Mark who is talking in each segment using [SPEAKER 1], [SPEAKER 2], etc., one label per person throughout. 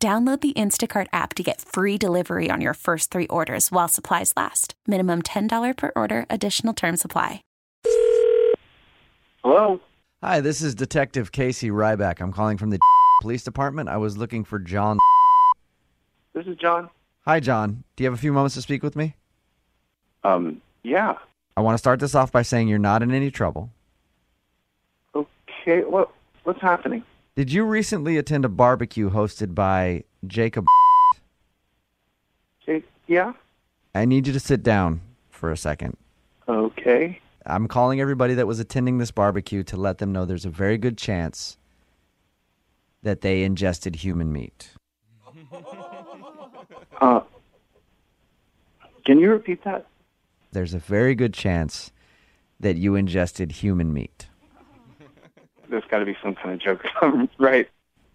[SPEAKER 1] Download the Instacart app to get free delivery on your first three orders while supplies last. Minimum $10 per order, additional term supply.
[SPEAKER 2] Hello.
[SPEAKER 3] Hi, this is Detective Casey Ryback. I'm calling from the Police Department. I was looking for John.
[SPEAKER 2] This is John.
[SPEAKER 3] Hi, John. Do you have a few moments to speak with me?
[SPEAKER 2] Um. Yeah.
[SPEAKER 3] I want to start this off by saying you're not in any trouble.
[SPEAKER 2] Okay. What What's happening?
[SPEAKER 3] Did you recently attend a barbecue hosted by Jacob?
[SPEAKER 2] Hey, Yeah.
[SPEAKER 3] I need you to sit down for a second.
[SPEAKER 2] Okay.
[SPEAKER 3] I'm calling everybody that was attending this barbecue to let them know there's a very good chance that they ingested human meat.
[SPEAKER 2] Uh. Can you repeat that?
[SPEAKER 3] There's a very good chance that you ingested human meat.
[SPEAKER 2] There's got to be some kind of joke, Um, right?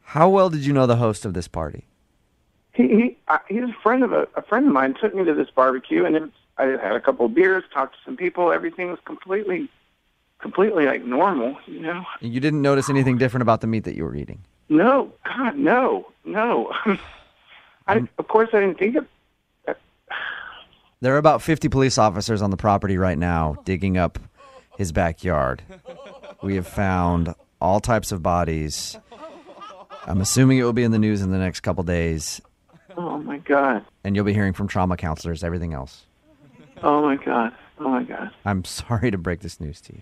[SPEAKER 3] How well did you know the host of this party?
[SPEAKER 2] He he. I, he's a friend of a, a friend of mine. Took me to this barbecue, and it was, I had a couple of beers, talked to some people. Everything was completely, completely like normal. You know.
[SPEAKER 3] You didn't notice anything different about the meat that you were eating.
[SPEAKER 2] No, God, no, no. I, of course, I didn't think of.
[SPEAKER 3] There are about 50 police officers on the property right now digging up his backyard. We have found all types of bodies. I'm assuming it will be in the news in the next couple days,
[SPEAKER 2] Oh my God.
[SPEAKER 3] and you'll be hearing from trauma counselors, everything else.
[SPEAKER 2] Oh my God. Oh my God.
[SPEAKER 3] I'm sorry to break this news to you.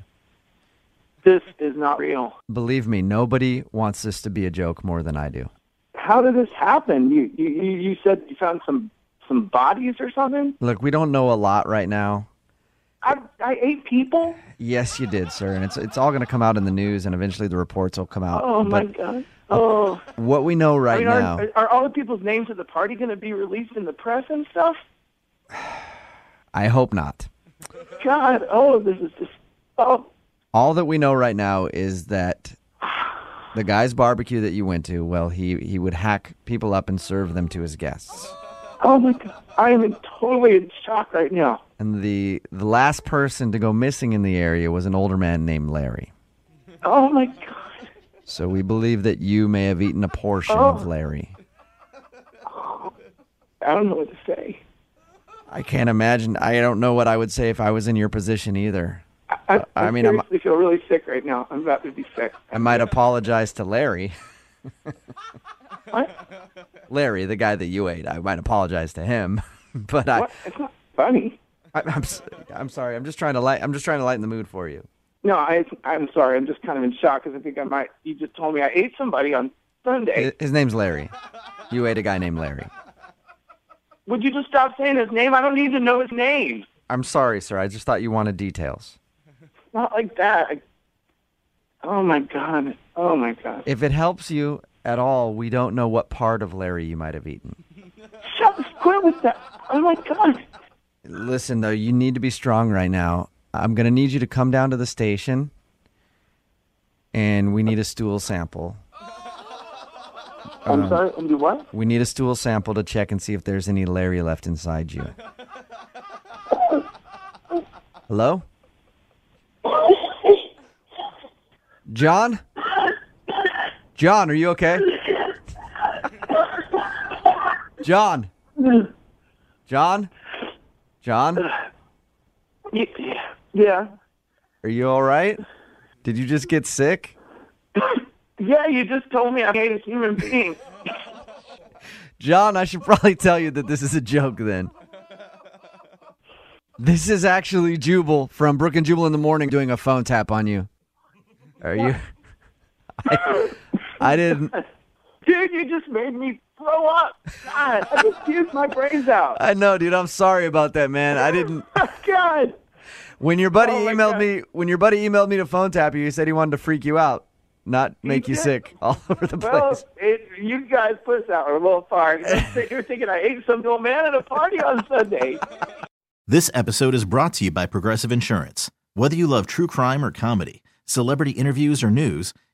[SPEAKER 2] This is not real.
[SPEAKER 3] Believe me, nobody wants this to be a joke more than I do.
[SPEAKER 2] how did this happen? You you you you said you found some some bodies or something.
[SPEAKER 3] Look, we don't know a lot right now.
[SPEAKER 2] I I ate people.
[SPEAKER 3] Yes, you did, sir, and it's it's all going to come out in the news, and eventually the reports will come out.
[SPEAKER 2] Oh my
[SPEAKER 3] But
[SPEAKER 2] god. Oh,
[SPEAKER 3] what we know right
[SPEAKER 2] I mean,
[SPEAKER 3] now.
[SPEAKER 2] are, are all the people's names at the party going to be released in the press and stuff?
[SPEAKER 3] I hope not.
[SPEAKER 2] God, oh, this is just oh,
[SPEAKER 3] All that we know right now is that the guy's barbecue that you went to, well, he, he would hack people up and serve them to his guests.
[SPEAKER 2] oh my god. I am in, totally in shock right now.
[SPEAKER 3] And the the last person to go missing in the area was an older man named Larry.
[SPEAKER 2] Oh my god.
[SPEAKER 3] So we believe that you may have eaten a portion of Larry.
[SPEAKER 2] I don't know what to say.
[SPEAKER 3] I can't imagine. I don't know what I would say if I was in your position either.
[SPEAKER 2] I,
[SPEAKER 3] I mean, I'm-
[SPEAKER 2] seriously feel really sick right now. I'm about to be sick.
[SPEAKER 3] I might apologize to Larry.
[SPEAKER 2] What?
[SPEAKER 3] Larry, the guy that you ate, I might apologize to him. But I,
[SPEAKER 2] What? It's not funny.
[SPEAKER 3] I I'm s- I'm sorry. I'm just trying to light I'm just trying to lighten the mood for you.
[SPEAKER 2] No, I, I'm sorry. I'm just kind of in shock because I think I might. You just told me I ate somebody on Sunday.
[SPEAKER 3] Hi- His name's Larry. You ate a guy named Larry.
[SPEAKER 2] Would you just stop saying his name? I don't need to know his name.
[SPEAKER 3] I'm sorry, sir. I just thought you wanted details.
[SPEAKER 2] It's not like that. I... Oh my god. Oh my god.
[SPEAKER 3] If it helps you at all, we don't know what part of Larry you might have eaten.
[SPEAKER 2] Shut quit with that. Oh my god.
[SPEAKER 3] Listen, though, you need to be strong right now. I'm going to need you to come down to the station, and we need a stool sample.
[SPEAKER 2] I'm sorry. And do what?
[SPEAKER 3] We need a stool sample to check and see if there's any Larry left inside you. Hello? John? John, are you okay? John? John? John?
[SPEAKER 2] Y- Yeah.
[SPEAKER 3] Are you all right? Did you just get sick?
[SPEAKER 2] Yeah. You just told me I ate a human being.
[SPEAKER 3] John, I should probably tell you that this is a joke then. This is actually Jubal from Brook and Jubal in the morning doing a phone tap on you. Are you? I, I didn't.
[SPEAKER 2] Dude, you just made me throw up. God, I just used my brains out.
[SPEAKER 3] I know, dude. I'm sorry about that, man. I didn't.
[SPEAKER 2] God.
[SPEAKER 3] When your buddy
[SPEAKER 2] Oh my
[SPEAKER 3] emailed
[SPEAKER 2] God.
[SPEAKER 3] me, when your buddy emailed me to phone tap you, he said he wanted to freak you out. not make you
[SPEAKER 2] did.
[SPEAKER 3] sick all over the
[SPEAKER 2] Well,
[SPEAKER 3] place.
[SPEAKER 2] it, you guys put us out a little far. You're thinking I ate some little man at a party on Sunday.
[SPEAKER 4] This episode is brought to you by Progressive Insurance. Whether you love true crime or comedy, celebrity interviews or news,